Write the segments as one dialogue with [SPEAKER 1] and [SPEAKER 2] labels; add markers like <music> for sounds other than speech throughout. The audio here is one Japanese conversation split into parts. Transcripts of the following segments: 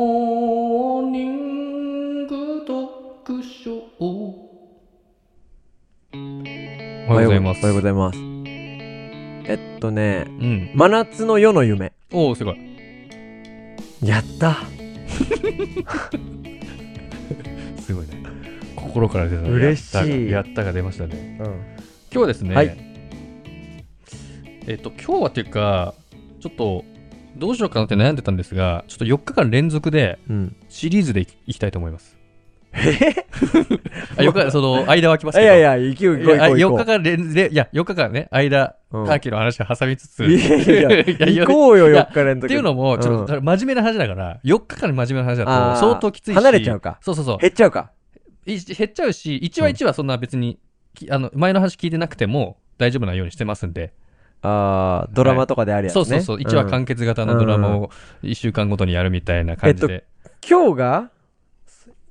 [SPEAKER 1] モーニング読書
[SPEAKER 2] おはようございます。
[SPEAKER 3] おはようございます。えっとね、
[SPEAKER 2] うん。
[SPEAKER 3] 真夏の夜の夢。
[SPEAKER 2] おお、すごい。
[SPEAKER 3] やった。
[SPEAKER 2] すごいね。心から出たね。
[SPEAKER 3] 嬉しい
[SPEAKER 2] やったがやったが出ましたね。
[SPEAKER 3] うん。
[SPEAKER 2] 今日はですね、
[SPEAKER 3] はい
[SPEAKER 2] えっと、今日はっていうか、ちょっと、どうしようかなって悩んでたんですが、ちょっと4日間連続で
[SPEAKER 3] うん。
[SPEAKER 2] シリーズでいいきたいと思います。え ?4 日間、その、間は空きま
[SPEAKER 3] <laughs> い
[SPEAKER 2] すけど。
[SPEAKER 3] やいや、勢い行こう
[SPEAKER 2] いやあ
[SPEAKER 3] 行
[SPEAKER 2] 4
[SPEAKER 3] こ
[SPEAKER 2] 日
[SPEAKER 3] う
[SPEAKER 2] 間連で、いや、4日間ね、間、
[SPEAKER 3] う
[SPEAKER 2] タ
[SPEAKER 3] ん
[SPEAKER 2] ーキーの話を挟みつつ、
[SPEAKER 3] いやいや
[SPEAKER 2] <laughs> いや
[SPEAKER 3] 行こうよ、
[SPEAKER 2] いや
[SPEAKER 3] 4日連続。
[SPEAKER 2] っていうのも、ちょっと、
[SPEAKER 3] うん
[SPEAKER 2] だから真面目な話だから、4日間真面目な話だと
[SPEAKER 3] あー、
[SPEAKER 2] 相当きついし。
[SPEAKER 3] 離れちゃうか
[SPEAKER 2] そうそうそう。
[SPEAKER 3] 減っちゃうか。
[SPEAKER 2] い減っちゃうし、1話1話そんな別に、きあの、前の話聞いてなくても大丈夫なようにしてますんで。
[SPEAKER 3] あードラマとかであるやつ
[SPEAKER 2] そ
[SPEAKER 3] ね。
[SPEAKER 2] うそうそう。1話
[SPEAKER 3] ん
[SPEAKER 2] 完結型のドラマを1週間ごとにやるみたいな感じで。
[SPEAKER 3] 今日が、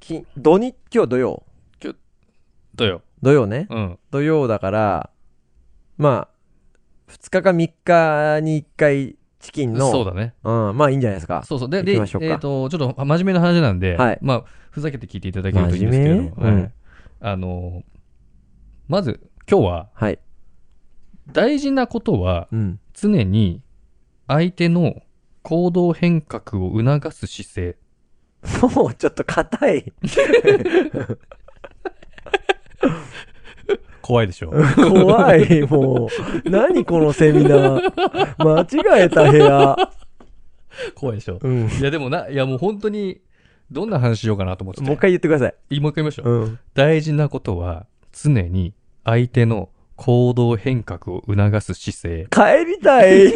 [SPEAKER 3] き土日、今日土曜。
[SPEAKER 2] どうよ。
[SPEAKER 3] 土曜ね。
[SPEAKER 2] うん。
[SPEAKER 3] 土曜だから、まあ、2日か3日に1回チキンの、
[SPEAKER 2] そうだね。
[SPEAKER 3] うん、まあいいんじゃないですか。
[SPEAKER 2] そうそう。で、
[SPEAKER 3] 行
[SPEAKER 2] で、え
[SPEAKER 3] き
[SPEAKER 2] っ、
[SPEAKER 3] ましょうか
[SPEAKER 2] と、ちょっと真面目な話なんで、
[SPEAKER 3] はい
[SPEAKER 2] まあ、ふざけて聞いていただけるといいんですけれども、
[SPEAKER 3] 真面目
[SPEAKER 2] はい
[SPEAKER 3] うん
[SPEAKER 2] あの、まず、今日は、
[SPEAKER 3] はい。
[SPEAKER 2] 大事なことは、
[SPEAKER 3] うん。 <laughs>
[SPEAKER 2] 常に相手の行動変革を促す姿勢。
[SPEAKER 3] もうちょっと硬い。
[SPEAKER 2] 怖いでしょ
[SPEAKER 3] 怖い、もう。何このセミナー。間違えた部屋。
[SPEAKER 2] 怖いでしょ
[SPEAKER 3] うん。
[SPEAKER 2] いやでもな、いやもう本当に、どんな話しようかなと思ってて。
[SPEAKER 3] もう一回言ってください。
[SPEAKER 2] いいもう一回言いましょう。
[SPEAKER 3] うん。
[SPEAKER 2] 大事なことは、常に相手の行動変革を促す姿勢。
[SPEAKER 3] 帰り
[SPEAKER 2] <laughs>
[SPEAKER 3] たい。
[SPEAKER 2] いや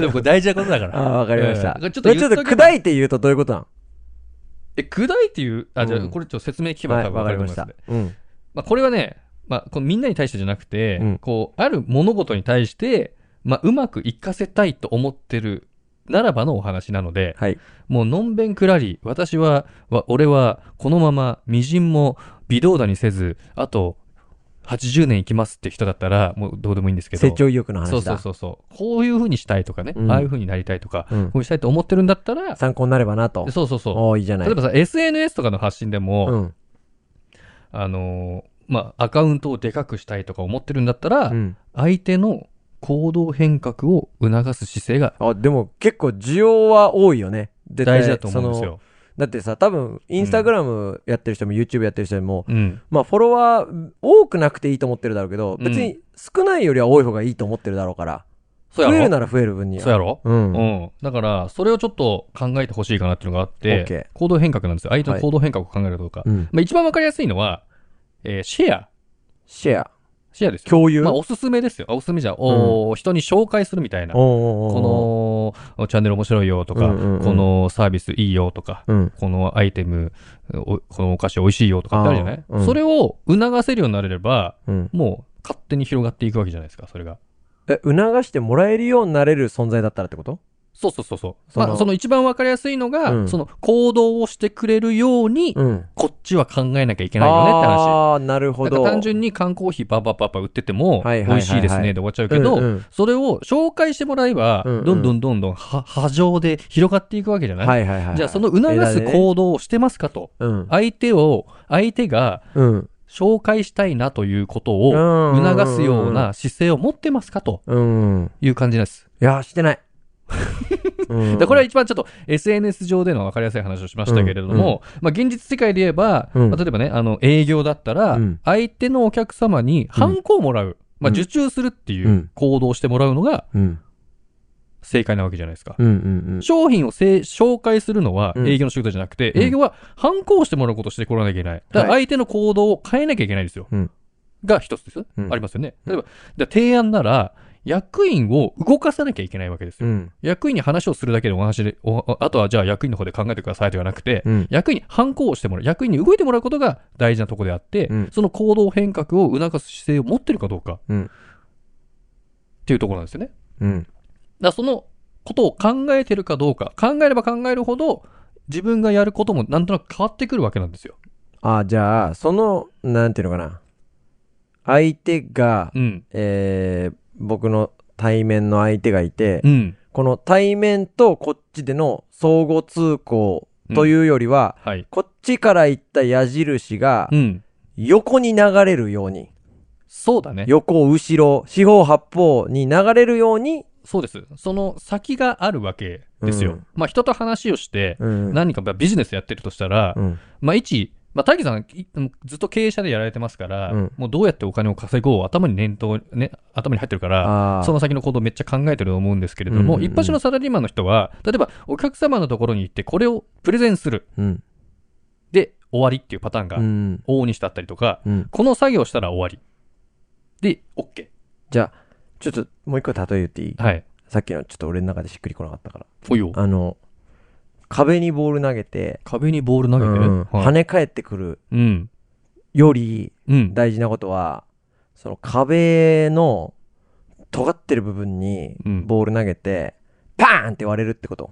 [SPEAKER 2] でもこれ大事なことだから。
[SPEAKER 3] ああ、わかりました。
[SPEAKER 2] うんち
[SPEAKER 3] ち
[SPEAKER 2] ょ
[SPEAKER 3] ょ
[SPEAKER 2] っ
[SPEAKER 3] っ
[SPEAKER 2] と
[SPEAKER 3] と
[SPEAKER 2] 言っとけば
[SPEAKER 3] 砕いて言うとどういうことなん
[SPEAKER 2] え、くだいっていう、あ、じゃあ
[SPEAKER 3] うん
[SPEAKER 2] これちょっと説明聞けば
[SPEAKER 3] はい、
[SPEAKER 2] 多分
[SPEAKER 3] わ
[SPEAKER 2] わ
[SPEAKER 3] か
[SPEAKER 2] か
[SPEAKER 3] り
[SPEAKER 2] ると
[SPEAKER 3] ま
[SPEAKER 2] 思い
[SPEAKER 3] し
[SPEAKER 2] ます
[SPEAKER 3] た
[SPEAKER 2] んで。
[SPEAKER 3] うん。
[SPEAKER 2] まあこれはね、まあこうみんなに対してじゃなくて、
[SPEAKER 3] うん
[SPEAKER 2] こう、ある物事に対して、まあうまくいかせたいと思ってるならばのお話なので、
[SPEAKER 3] はい。
[SPEAKER 2] もうのんべんくらり、私は、わ俺はこのまま微塵も微動だにせず、あと80年生きますって人だったら、もうどうでもいいんですけど。
[SPEAKER 3] 成長意欲の話だ。
[SPEAKER 2] そうそうそうそう。こういう風にしたいとかね、
[SPEAKER 3] うん
[SPEAKER 2] ああいう風になりたいとか、
[SPEAKER 3] うん
[SPEAKER 2] こういうしたいと思ってるんだったら、
[SPEAKER 3] 参考になればなと。
[SPEAKER 2] そうそうそ
[SPEAKER 3] おーいいじゃ
[SPEAKER 2] う。
[SPEAKER 3] ない。
[SPEAKER 2] 例えばさ、SNS とかの発信でも、
[SPEAKER 3] うん。
[SPEAKER 2] あのーまあ、アカウントをでかくしたいとか思ってるんだったら、
[SPEAKER 3] うん。
[SPEAKER 2] 相手の行動変革を促す姿勢が
[SPEAKER 3] あ、でも結構需要は多いよね。絶対
[SPEAKER 2] 大事だと思うんです。よ。
[SPEAKER 3] そのだってさ、多分、インスタグラムやってる人も YouTube やってる人も、
[SPEAKER 2] うん。
[SPEAKER 3] まあ、フォロワー多くなくていいと思ってるだろうけど、
[SPEAKER 2] うん
[SPEAKER 3] 別に少ないよりは多い方がいいと思ってるだろうから、
[SPEAKER 2] そう
[SPEAKER 3] 増え
[SPEAKER 2] や
[SPEAKER 3] る
[SPEAKER 2] ろ
[SPEAKER 3] なら増える分には。
[SPEAKER 2] そうやろ
[SPEAKER 3] う。
[SPEAKER 2] うんん。だから、それをちょっと考えてほしいかなっていうのがあって、
[SPEAKER 3] OK
[SPEAKER 2] 行動変革なんですよ。相手の行動変革を考えるとか。
[SPEAKER 3] うん。
[SPEAKER 2] まあ、一番わかりやすいのは、えーシェア。
[SPEAKER 3] シェア。
[SPEAKER 2] シェアですよ。
[SPEAKER 3] 共有。
[SPEAKER 2] まあ、おすすめですよ。あおすすめじゃん、おー人に紹介するみたいな。こ
[SPEAKER 3] おうおうおう
[SPEAKER 2] のチャンネル面白いよとか、
[SPEAKER 3] うんうんうん
[SPEAKER 2] このサービスいいよとか、
[SPEAKER 3] うん。
[SPEAKER 2] このアイテム、おこのお菓子美味しいよとかってあるじゃない、
[SPEAKER 3] あーうん
[SPEAKER 2] それを促せるようになれれば、
[SPEAKER 3] うん。
[SPEAKER 2] もう勝手に広がっていくわけじゃないですか、それが。
[SPEAKER 3] え、促してもらえるようになれる存在だったらってこと
[SPEAKER 2] そうそうそうそう。
[SPEAKER 3] その
[SPEAKER 2] まあ、その一番わかりやすいのが、
[SPEAKER 3] うん
[SPEAKER 2] その行動をしてくれるように、
[SPEAKER 3] うん。
[SPEAKER 2] こっちは考えなきゃいけないよねって話。
[SPEAKER 3] ああ、なるほ
[SPEAKER 2] だか
[SPEAKER 3] ど。
[SPEAKER 2] ら単純に缶コーヒーババババ売ってても、
[SPEAKER 3] はいはいはい
[SPEAKER 2] 美
[SPEAKER 3] はい
[SPEAKER 2] 味しいですねで終わっちゃうけど、
[SPEAKER 3] うんうん
[SPEAKER 2] それを紹介してもらえば、
[SPEAKER 3] うんうん
[SPEAKER 2] どんどんどんどんは波状で広がっていくわけじゃない、
[SPEAKER 3] はいはいはい。
[SPEAKER 2] じゃあその促
[SPEAKER 3] 枝
[SPEAKER 2] す
[SPEAKER 3] でね
[SPEAKER 2] 行動をしてますかと。
[SPEAKER 3] うん。
[SPEAKER 2] 相手を、相手が
[SPEAKER 3] うん。
[SPEAKER 2] 紹介したいなということを
[SPEAKER 3] うん
[SPEAKER 2] 促すような姿勢を持ってますかと
[SPEAKER 3] うん。
[SPEAKER 2] いう感じなんです。
[SPEAKER 3] いや、
[SPEAKER 2] <laughs>
[SPEAKER 3] してない。うん
[SPEAKER 2] でこれは一番ちょっと SNS 上での分かりやすい話をしましたけれども、まあ、現実世界で言えば、
[SPEAKER 3] うん
[SPEAKER 2] まあ、例えばねあの営業だったら
[SPEAKER 3] うん
[SPEAKER 2] 相手のお客様にハンコをもらう、まあ、
[SPEAKER 3] うん
[SPEAKER 2] 受注するっていううん行動をしてもらうのが
[SPEAKER 3] うん。
[SPEAKER 2] 正解なわけじゃないですか。
[SPEAKER 3] うんうん
[SPEAKER 2] 商品をせい紹介するのは
[SPEAKER 3] うん
[SPEAKER 2] 営業の仕事じゃなくて、
[SPEAKER 3] うん
[SPEAKER 2] 営業は反抗してもらうことをしてこらなきゃいけない。だから
[SPEAKER 3] は
[SPEAKER 2] 相手の行動を変えなきゃいけないんですよ。
[SPEAKER 3] うん
[SPEAKER 2] が一つですよ、
[SPEAKER 3] うん
[SPEAKER 2] ありますよね。
[SPEAKER 3] うん
[SPEAKER 2] 例えば、だから提案なら、役員を動かさなきゃいけないわけです
[SPEAKER 3] う
[SPEAKER 2] よ。
[SPEAKER 3] ん。
[SPEAKER 2] 役員に話をするだけでお話で、おあとはじゃあ役員の方で考えてくださいではなくて、
[SPEAKER 3] うん。
[SPEAKER 2] 役員に反抗をしてもらう、役員に動いてもらうことが大事なとこであって、
[SPEAKER 3] うん
[SPEAKER 2] その行動変革を促す姿勢を持ってるかどうか、
[SPEAKER 3] うん
[SPEAKER 2] っていうところなんですよね。
[SPEAKER 3] うん。
[SPEAKER 2] だからそのことを考えてるかどうか、考えれば考えるほど、自分がやることもなんとなく変わってくるわけなんですよ。
[SPEAKER 3] あ、じゃあ、その、なんていうのかな。相手が
[SPEAKER 2] う、ん。
[SPEAKER 3] えー僕の対面の相手がいて
[SPEAKER 2] う、ん。
[SPEAKER 3] この対面とこっちでの相互通行というよりは、
[SPEAKER 2] はい。
[SPEAKER 3] こっちから行った矢印が
[SPEAKER 2] うん。
[SPEAKER 3] 横に流れるように、
[SPEAKER 2] そうだね。
[SPEAKER 3] 横、後ろ、四方八方に流れるように、
[SPEAKER 2] そうです。その先があるわけですよ。
[SPEAKER 3] うん
[SPEAKER 2] まあ人と話をして、
[SPEAKER 3] うん
[SPEAKER 2] 何かまあビジネスやってるとしたら、
[SPEAKER 3] うん
[SPEAKER 2] まあ一、まあ大樹さんいずっと経営者でやられてますから、
[SPEAKER 3] うん
[SPEAKER 2] もうどうやってお金を稼ごう頭に念頭、ね、頭に入ってるから、
[SPEAKER 3] あー
[SPEAKER 2] その先のことをめっちゃ考えてると思うんですけれども、
[SPEAKER 3] うんうんう
[SPEAKER 2] 一
[SPEAKER 3] ん
[SPEAKER 2] 般のサラリーマンの人は、例えばお客様のところに行ってこれをプレゼンする。
[SPEAKER 3] うん
[SPEAKER 2] で、終わりっていうパターンが
[SPEAKER 3] うん
[SPEAKER 2] 往々にしてあったりとか、
[SPEAKER 3] うん
[SPEAKER 2] この作業したら終わり。で、OK。
[SPEAKER 3] じゃあ、ちょっともう一個例え言っていい
[SPEAKER 2] はい。
[SPEAKER 3] さっきのちょっと俺の中でしっくりこなかったから。
[SPEAKER 2] おいよ。
[SPEAKER 3] あの、壁にボール投げて、
[SPEAKER 2] 壁にボール投げて、
[SPEAKER 3] うん
[SPEAKER 2] はい
[SPEAKER 3] 跳ね返ってくる
[SPEAKER 2] うん。
[SPEAKER 3] より
[SPEAKER 2] うん。
[SPEAKER 3] 大事なことは、その壁の尖ってる部分に
[SPEAKER 2] うん
[SPEAKER 3] ボール投げて、パーンって割れるってこと。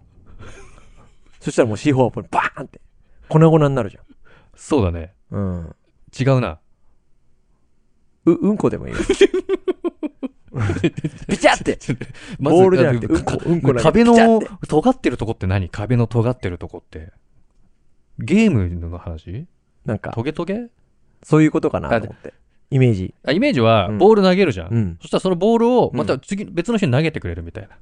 [SPEAKER 3] そしたらもう C4 はこれバーンって粉々になるじ
[SPEAKER 2] そうだね。
[SPEAKER 3] ゃん。うん。う、
[SPEAKER 2] 違う
[SPEAKER 3] <laughs>
[SPEAKER 2] な。
[SPEAKER 3] うんこでもいい
[SPEAKER 2] <laughs>
[SPEAKER 3] よ。ビチャって
[SPEAKER 2] ま
[SPEAKER 3] ボールじゃなくて
[SPEAKER 2] あの
[SPEAKER 3] うんこうんこ投げて
[SPEAKER 2] 壁
[SPEAKER 3] ピチャ
[SPEAKER 2] の
[SPEAKER 3] って、
[SPEAKER 2] 尖ってるとこって何壁の尖ってるとこって。ゲームの話
[SPEAKER 3] なんか、
[SPEAKER 2] トゲトゲ
[SPEAKER 3] そういうことかなと思って。イメージ。
[SPEAKER 2] あ、イメージは、
[SPEAKER 3] うん
[SPEAKER 2] ボール投げるじゃん。
[SPEAKER 3] うん
[SPEAKER 2] そしたらそのボールを、
[SPEAKER 3] うん
[SPEAKER 2] また次、別の人に投げてくれるみたいな。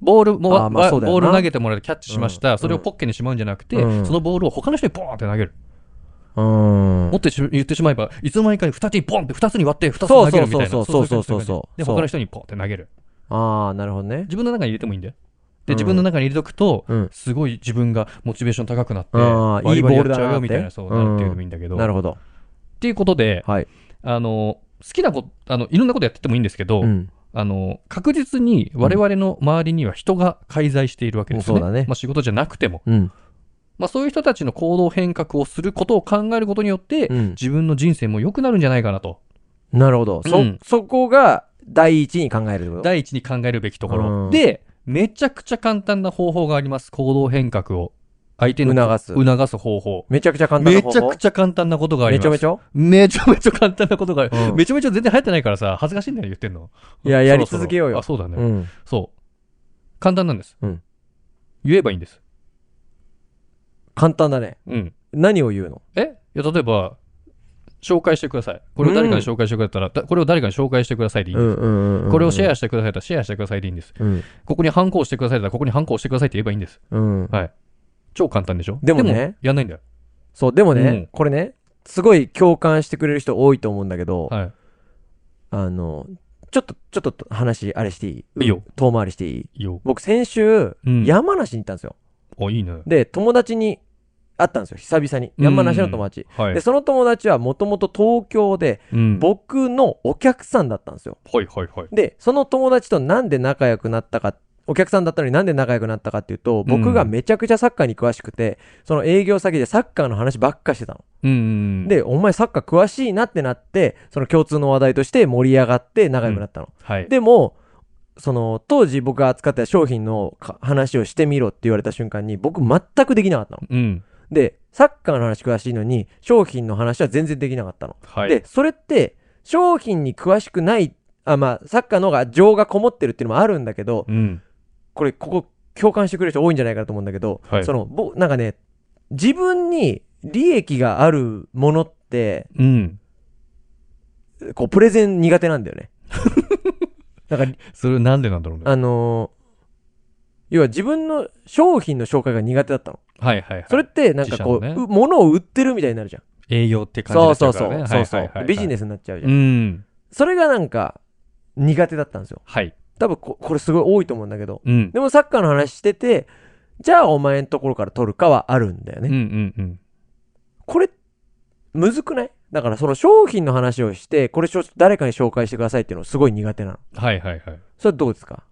[SPEAKER 2] ボールも、
[SPEAKER 3] あーまあ
[SPEAKER 2] わ
[SPEAKER 3] そうだよ
[SPEAKER 2] ボ
[SPEAKER 3] な
[SPEAKER 2] ール投げてもらってキャッチしました。
[SPEAKER 3] うん
[SPEAKER 2] それをポッケにしまうんじゃなくて、
[SPEAKER 3] うん
[SPEAKER 2] そのボールを他の人にボーンって投げる。
[SPEAKER 3] うん
[SPEAKER 2] 持ってし言ってしまえば、いつの間にかに2つにボンって2つに割って2つ
[SPEAKER 3] そう
[SPEAKER 2] 投げるみたいな。
[SPEAKER 3] そうそうそうそ
[SPEAKER 2] い感
[SPEAKER 3] うそう
[SPEAKER 2] じ
[SPEAKER 3] そう
[SPEAKER 2] で、
[SPEAKER 3] そう
[SPEAKER 2] 他の人にポンって投げる。
[SPEAKER 3] ああ、なるほどね。
[SPEAKER 2] 自分の中に入れてもいいんだよ。で、
[SPEAKER 3] うん
[SPEAKER 2] 自分の中に入れとくと、
[SPEAKER 3] うん
[SPEAKER 2] すごい自分がモチベーション高くなって、
[SPEAKER 3] あー
[SPEAKER 2] バリバリやっちゃうよ
[SPEAKER 3] いいボールだなって
[SPEAKER 2] みたいな、そうなるっていうのもいいんだけど。
[SPEAKER 3] なるほど。
[SPEAKER 2] っていうことで、
[SPEAKER 3] はい。
[SPEAKER 2] あの、好きなこと、あの、いろんなことやっててもいいんですけど、
[SPEAKER 3] うん。
[SPEAKER 2] あの、確実に我々の周りには人が介在しているわけですよね。
[SPEAKER 3] うんそうだね
[SPEAKER 2] まあ仕事じゃなくても。
[SPEAKER 3] うん。
[SPEAKER 2] まあそういう人たちの行動変革をすることを考えることによって、
[SPEAKER 3] うん
[SPEAKER 2] 自分の人生も良くなるんじゃないかなと。
[SPEAKER 3] なるほど。
[SPEAKER 2] う
[SPEAKER 3] そ
[SPEAKER 2] ん、
[SPEAKER 3] そこが第一に考えるってこと
[SPEAKER 2] 第一に考えるべきところ。
[SPEAKER 3] うん
[SPEAKER 2] で、めちゃくちゃ簡単な方法があります。行動変革を。相手の
[SPEAKER 3] 促す
[SPEAKER 2] 促す方法。
[SPEAKER 3] めちゃくちゃ簡単
[SPEAKER 2] め
[SPEAKER 3] な
[SPEAKER 2] ち
[SPEAKER 3] 方
[SPEAKER 2] ゃ
[SPEAKER 3] 法
[SPEAKER 2] くちゃ簡単なことがあり
[SPEAKER 3] め
[SPEAKER 2] ま
[SPEAKER 3] ち
[SPEAKER 2] す。
[SPEAKER 3] ゃめ
[SPEAKER 2] めち
[SPEAKER 3] ちゃ
[SPEAKER 2] ゃめちゃ簡単なことがある。
[SPEAKER 3] うん
[SPEAKER 2] めちゃめちゃ全然流行ってないからさ、恥ずかしいんだよ、言ってんの。
[SPEAKER 3] いや
[SPEAKER 2] うん
[SPEAKER 3] やり続けようよ
[SPEAKER 2] そろそろあ、そうだね。
[SPEAKER 3] うん。
[SPEAKER 2] そう。簡単なんです。
[SPEAKER 3] うん
[SPEAKER 2] 言えばいいんです。
[SPEAKER 3] 簡単だね。
[SPEAKER 2] うん。
[SPEAKER 3] 何を言うの
[SPEAKER 2] えいや、例えば、紹介してください。これを誰かに紹介してくれたら、だこれを誰かに紹介してくださいでいいんです。
[SPEAKER 3] ん
[SPEAKER 2] これをシェ
[SPEAKER 3] ア。
[SPEAKER 2] アしてくださいだったら、シェアしてくださいでいいんです。
[SPEAKER 3] うん。
[SPEAKER 2] ここに反抗してくださいだったら、ここに反抗してくださいって言えばいいんです。
[SPEAKER 3] うん。
[SPEAKER 2] はい。超簡単でしょ
[SPEAKER 3] でもね
[SPEAKER 2] やんないんだよ。
[SPEAKER 3] そう、でも
[SPEAKER 2] うん
[SPEAKER 3] ね、これね、すごい共感してくれる人多いと思うんだけど、
[SPEAKER 2] は
[SPEAKER 3] あの、ちょっと、ちょっと話、あれしてい
[SPEAKER 2] い。いい
[SPEAKER 3] い
[SPEAKER 2] よ。
[SPEAKER 3] 遠回りしていい
[SPEAKER 2] いいよ。
[SPEAKER 3] 僕先週
[SPEAKER 2] う、ん
[SPEAKER 3] 山梨に行ったんですよ。
[SPEAKER 2] あ、いいね。
[SPEAKER 3] で、友達に会ったんですよ、久々に。山梨の友達。
[SPEAKER 2] はい
[SPEAKER 3] で、。その友達はもともと東京で、
[SPEAKER 2] うん
[SPEAKER 3] 僕のお客さんだったんですよ。
[SPEAKER 2] はいはいはい。
[SPEAKER 3] で、その友達となんで仲良くなったか、お客さんだったのになんで仲良くなったかっていうと、僕がめちゃくちゃサッカーに詳しくて、その営業先でサッカーの話ばっかしてたの。
[SPEAKER 2] うん。、
[SPEAKER 3] で、お前サッカー詳しいなってなって、その共通の話題として盛り上がって仲良くなったの。
[SPEAKER 2] はい。
[SPEAKER 3] でも、その当時僕が扱ってた商品のか話をしてみろって言われた瞬間に僕全くできなかったの。
[SPEAKER 2] うん。
[SPEAKER 3] で、サッカーの話詳しいのに商品の話は全然できなかったの。
[SPEAKER 2] はい。
[SPEAKER 3] で、それって、商品に詳しくない、あ、まあ、サッカーの方が情がこもってるっていうのもあるんだけど、
[SPEAKER 2] うん。
[SPEAKER 3] これ、ここ、共感してくれる人多いんじゃないかなと思うんだけど、
[SPEAKER 2] はい
[SPEAKER 3] その、ぼ、なんかね、自分に利益があるものって、
[SPEAKER 2] うん。
[SPEAKER 3] こう、プレゼン苦手なんだよ
[SPEAKER 2] <laughs>
[SPEAKER 3] ね。なんか、
[SPEAKER 2] それなんでなんだろうね。
[SPEAKER 3] あのー要は自分の商品の紹介が苦手だったの。
[SPEAKER 2] はいはいはい。
[SPEAKER 3] それって、なんかこう、
[SPEAKER 2] 自社のね
[SPEAKER 3] う物を売ってるみたいになるじゃん。
[SPEAKER 2] 営業って感じ
[SPEAKER 3] そ
[SPEAKER 2] ですか
[SPEAKER 3] うそう
[SPEAKER 2] らね。
[SPEAKER 3] そう。そうそ。
[SPEAKER 2] はいはいうはい
[SPEAKER 3] ビジネスになっちゃうじゃん。
[SPEAKER 2] うん。
[SPEAKER 3] それがなんか、苦手だったんですよ。
[SPEAKER 2] はい。
[SPEAKER 3] 多分ここれすごい多いと思うんだけど
[SPEAKER 2] うん。
[SPEAKER 3] でもサッカーの話しててじゃあお前のところから取るかはあるんだよ
[SPEAKER 2] う
[SPEAKER 3] ね、
[SPEAKER 2] んうんうん。
[SPEAKER 3] これむずくないだからその商品の話をしてこれちょっと誰かに紹介してくださいっていうのすごい苦手なの
[SPEAKER 2] はいはいはい。
[SPEAKER 3] それはどうですか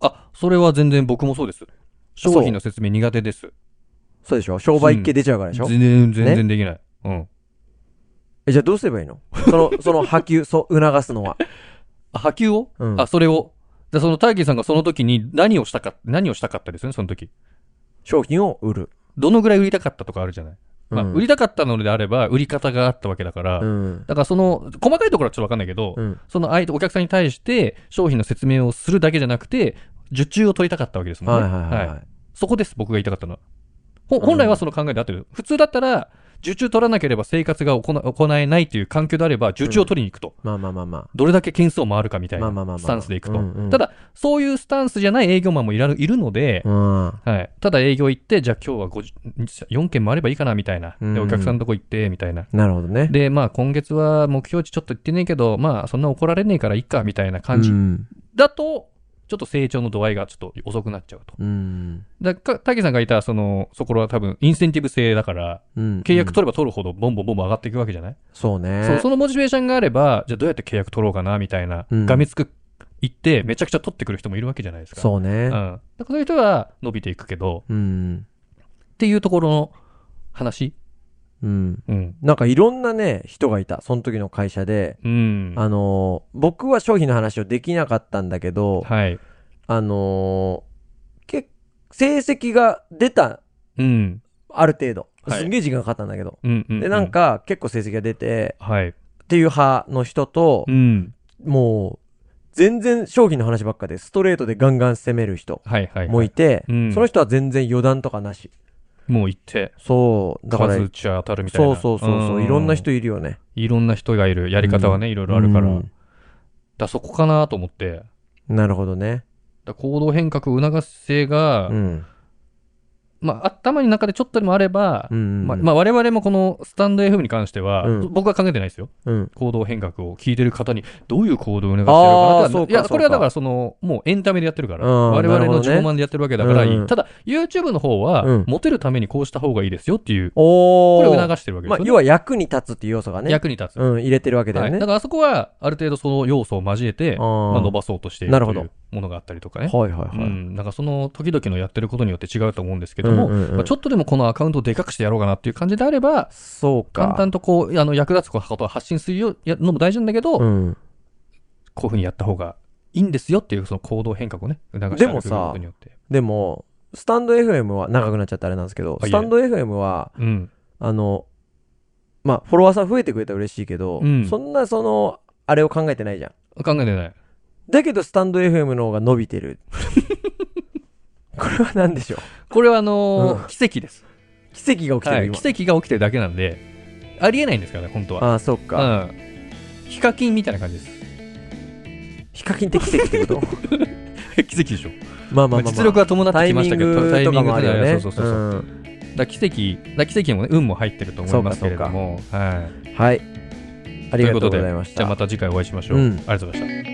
[SPEAKER 2] あ、それは全然僕もそうです。商品の説明苦手です。
[SPEAKER 3] そうでしょ商売系出ちゃうからでしょ、
[SPEAKER 2] 全然、全然できない。うん。
[SPEAKER 3] えじゃあどうすればいいのそ
[SPEAKER 2] <laughs>
[SPEAKER 3] のその波及そ促すのは
[SPEAKER 2] あ波及を
[SPEAKER 3] うん
[SPEAKER 2] あ、それを。で、そのターキーさんがその時に何をしたか、何をしたかったですよね、その時。
[SPEAKER 3] 商品を売る
[SPEAKER 2] どのぐらい売りたかったとかあるじゃない。まあ、
[SPEAKER 3] うん
[SPEAKER 2] 売りたかったのであれば、売り方があったわけだから、
[SPEAKER 3] うん
[SPEAKER 2] だからその、細かいところはちょっとわかんないけど、
[SPEAKER 3] うん
[SPEAKER 2] その相手、お客さんに対して商品の説明をするだけじゃなくて、受注を取りたかったわけですも
[SPEAKER 3] はい
[SPEAKER 2] ん
[SPEAKER 3] は
[SPEAKER 2] ね。
[SPEAKER 3] いはい
[SPEAKER 2] は
[SPEAKER 3] はいい。
[SPEAKER 2] そこです、僕が言いたかったのは。ほ本来はその考えで合ってる。普通だったら、受注取らなければ生活が行行えないという環境であれば、受注を取りに行くと。
[SPEAKER 3] まあまあまあま
[SPEAKER 2] どれだけ件数を回るかみたい
[SPEAKER 3] まあまあま
[SPEAKER 2] な
[SPEAKER 3] あまあ
[SPEAKER 2] スタンスでいくと
[SPEAKER 3] うんうん。
[SPEAKER 2] ただ、そういうスタンスじゃない営業マンもいらいるので
[SPEAKER 3] あ。う、ん。
[SPEAKER 2] はい。ただ営業行って、じゃあ今日は50 4件もあればいいかな、みたいな。
[SPEAKER 3] うん
[SPEAKER 2] で、お客さんのとこ行って、みたいな。
[SPEAKER 3] なるほどね。
[SPEAKER 2] で、まあ今月は目標値ちょっと行ってねえけど、まあそんな怒られねえからいっか、みたいな感じ
[SPEAKER 3] うん。
[SPEAKER 2] だと、ちょっと成長の度合いがちょっと遅くなっちゃうと。
[SPEAKER 3] うん。
[SPEAKER 2] だから、たけさんがいた、その、そこらは多分、インセンティブ制だから、
[SPEAKER 3] うん
[SPEAKER 2] 契約取れば取るほど、ボンボンボンボン上がっていくわけじゃない、
[SPEAKER 3] そうね。
[SPEAKER 2] そうそのモチベーションがあれば、じゃあどうやって契約取ろうかな、みたいな、
[SPEAKER 3] うん
[SPEAKER 2] がみつく、行って、めちゃくちゃ取ってくる人もいるわけじゃないですか。う。
[SPEAKER 3] そう
[SPEAKER 2] う
[SPEAKER 3] ね
[SPEAKER 2] ん。。だからそういう人は伸びていくけど、
[SPEAKER 3] うん。
[SPEAKER 2] っていうところの話
[SPEAKER 3] うん。
[SPEAKER 2] うん。
[SPEAKER 3] なんかいろんなね、人がいた。その時の会社で。
[SPEAKER 2] うん。
[SPEAKER 3] あのー僕は商品の話をできなかったんだけど、
[SPEAKER 2] はい。
[SPEAKER 3] あのーけ、成績が出た、
[SPEAKER 2] うん。
[SPEAKER 3] ある程度。
[SPEAKER 2] はい
[SPEAKER 3] すんげえ時間かかったんだけど。
[SPEAKER 2] うん。うん。
[SPEAKER 3] で、なん、か、結構成績が出て、
[SPEAKER 2] はい。
[SPEAKER 3] っていう派の人と
[SPEAKER 2] う、ん。
[SPEAKER 3] もう、全然商品の話ばっかで、ストレートでガンガン攻める人
[SPEAKER 2] はいはい、はい。
[SPEAKER 3] もいて、
[SPEAKER 2] うん
[SPEAKER 3] その人は全然余談とかなし。
[SPEAKER 2] もう行って、
[SPEAKER 3] そう、だから、
[SPEAKER 2] 数打ち当たるみたい
[SPEAKER 3] そう
[SPEAKER 2] な。
[SPEAKER 3] そうそうそう、いろんな人
[SPEAKER 2] い
[SPEAKER 3] いるよね。
[SPEAKER 2] ろんな人がいる。やり方はね、いろいろあるから。
[SPEAKER 3] う
[SPEAKER 2] だか
[SPEAKER 3] ん
[SPEAKER 2] らそこかなと思って。だか
[SPEAKER 3] なるほどね。
[SPEAKER 2] ら行動変革を促す性が、
[SPEAKER 3] うん。
[SPEAKER 2] まあ、頭の中でちょっとでもあれば、
[SPEAKER 3] うん。
[SPEAKER 2] まあ、まあ我々もこのスタンド FM に関しては、
[SPEAKER 3] うん
[SPEAKER 2] 僕は考えてないですよ。
[SPEAKER 3] うん。
[SPEAKER 2] 行動変革を聞いてる方に、どういう行動を促してるのかな
[SPEAKER 3] あー
[SPEAKER 2] と
[SPEAKER 3] そう
[SPEAKER 2] は
[SPEAKER 3] か
[SPEAKER 2] いや、
[SPEAKER 3] そうか
[SPEAKER 2] これはだから、その、もうエンタメでやってるから、
[SPEAKER 3] うん
[SPEAKER 2] 我々の
[SPEAKER 3] なるほど
[SPEAKER 2] 自
[SPEAKER 3] ね
[SPEAKER 2] 慢でやってるわけだからいい。
[SPEAKER 3] うん
[SPEAKER 2] ただ、YouTube の方は、
[SPEAKER 3] うん
[SPEAKER 2] モテるためにこうした方がいいですよっていう、
[SPEAKER 3] お
[SPEAKER 2] こ
[SPEAKER 3] ー。
[SPEAKER 2] れを促してるわけで
[SPEAKER 3] ますあ、
[SPEAKER 2] よね。
[SPEAKER 3] 要は役に立つっていう要素がね。
[SPEAKER 2] 役に立つ。
[SPEAKER 3] うん、入れてるわけだ
[SPEAKER 2] はい
[SPEAKER 3] よね。
[SPEAKER 2] だからあそこは、ある程度その要素を交えて、
[SPEAKER 3] あー
[SPEAKER 2] まあ伸ばそうとしている
[SPEAKER 3] なるほ
[SPEAKER 2] と
[SPEAKER 3] ど
[SPEAKER 2] いうものがあったりとかね。
[SPEAKER 3] はいは
[SPEAKER 2] う
[SPEAKER 3] いはい。
[SPEAKER 2] ん、なんかその時々のやってることによって違うと思うんですけども、
[SPEAKER 3] うんうんうん
[SPEAKER 2] まあちょっとでもこのアカウントをでかくしてやろうかなっていう感じであれば、
[SPEAKER 3] そうか。
[SPEAKER 2] 簡単とこう、あの役立つことを発信するよやのも大事なんだけど、
[SPEAKER 3] うん。
[SPEAKER 2] こういうふうにやった方がいいんですよっていうその行動変革をね、促してあげ
[SPEAKER 3] で
[SPEAKER 2] る
[SPEAKER 3] もさ
[SPEAKER 2] ことによって。
[SPEAKER 3] でも、スタンド FM は、長くなっちゃったあれなんですけど、
[SPEAKER 2] あいえ
[SPEAKER 3] スタンド FM は、
[SPEAKER 2] うん。
[SPEAKER 3] あの、まあ、フォロワーさん増えてくれたら嬉しいけど、
[SPEAKER 2] うん
[SPEAKER 3] そんなその、あれを考えてないじゃん。
[SPEAKER 2] 考えてない。
[SPEAKER 3] だけど、スタンド FM の方が伸び
[SPEAKER 2] <laughs>
[SPEAKER 3] てる。これは何でしょう
[SPEAKER 2] これはあのー
[SPEAKER 3] うん
[SPEAKER 2] 奇跡です、
[SPEAKER 3] 奇跡が起きて
[SPEAKER 2] は
[SPEAKER 3] る
[SPEAKER 2] い。
[SPEAKER 3] 今。
[SPEAKER 2] 奇跡が起きてるだけなんで、ありえないんですからね、本当は。
[SPEAKER 3] ああ、そっ
[SPEAKER 2] う
[SPEAKER 3] か。
[SPEAKER 2] ん。ヒカキンみたいな感じです。 <laughs>
[SPEAKER 3] ヒカキンって奇跡ってこと
[SPEAKER 2] 奇跡でしょ。
[SPEAKER 3] ま
[SPEAKER 2] ま
[SPEAKER 3] あまあまあ、
[SPEAKER 2] あ、実力は伴って
[SPEAKER 3] タ
[SPEAKER 2] き
[SPEAKER 3] イ
[SPEAKER 2] まし
[SPEAKER 3] ミ
[SPEAKER 2] た
[SPEAKER 3] ン
[SPEAKER 2] けど、
[SPEAKER 3] グとかもあるよ
[SPEAKER 2] タイミング
[SPEAKER 3] ね。
[SPEAKER 2] そうそうそうそう。
[SPEAKER 3] うん
[SPEAKER 2] だから奇跡、だから奇跡もね、運も入ってると思いますけれども。はい。
[SPEAKER 3] はい。ありがとうございま
[SPEAKER 2] じ
[SPEAKER 3] し
[SPEAKER 2] ゃあ
[SPEAKER 3] た
[SPEAKER 2] ま。た次回お会いしましょう。
[SPEAKER 3] うん
[SPEAKER 2] ありがとうございました。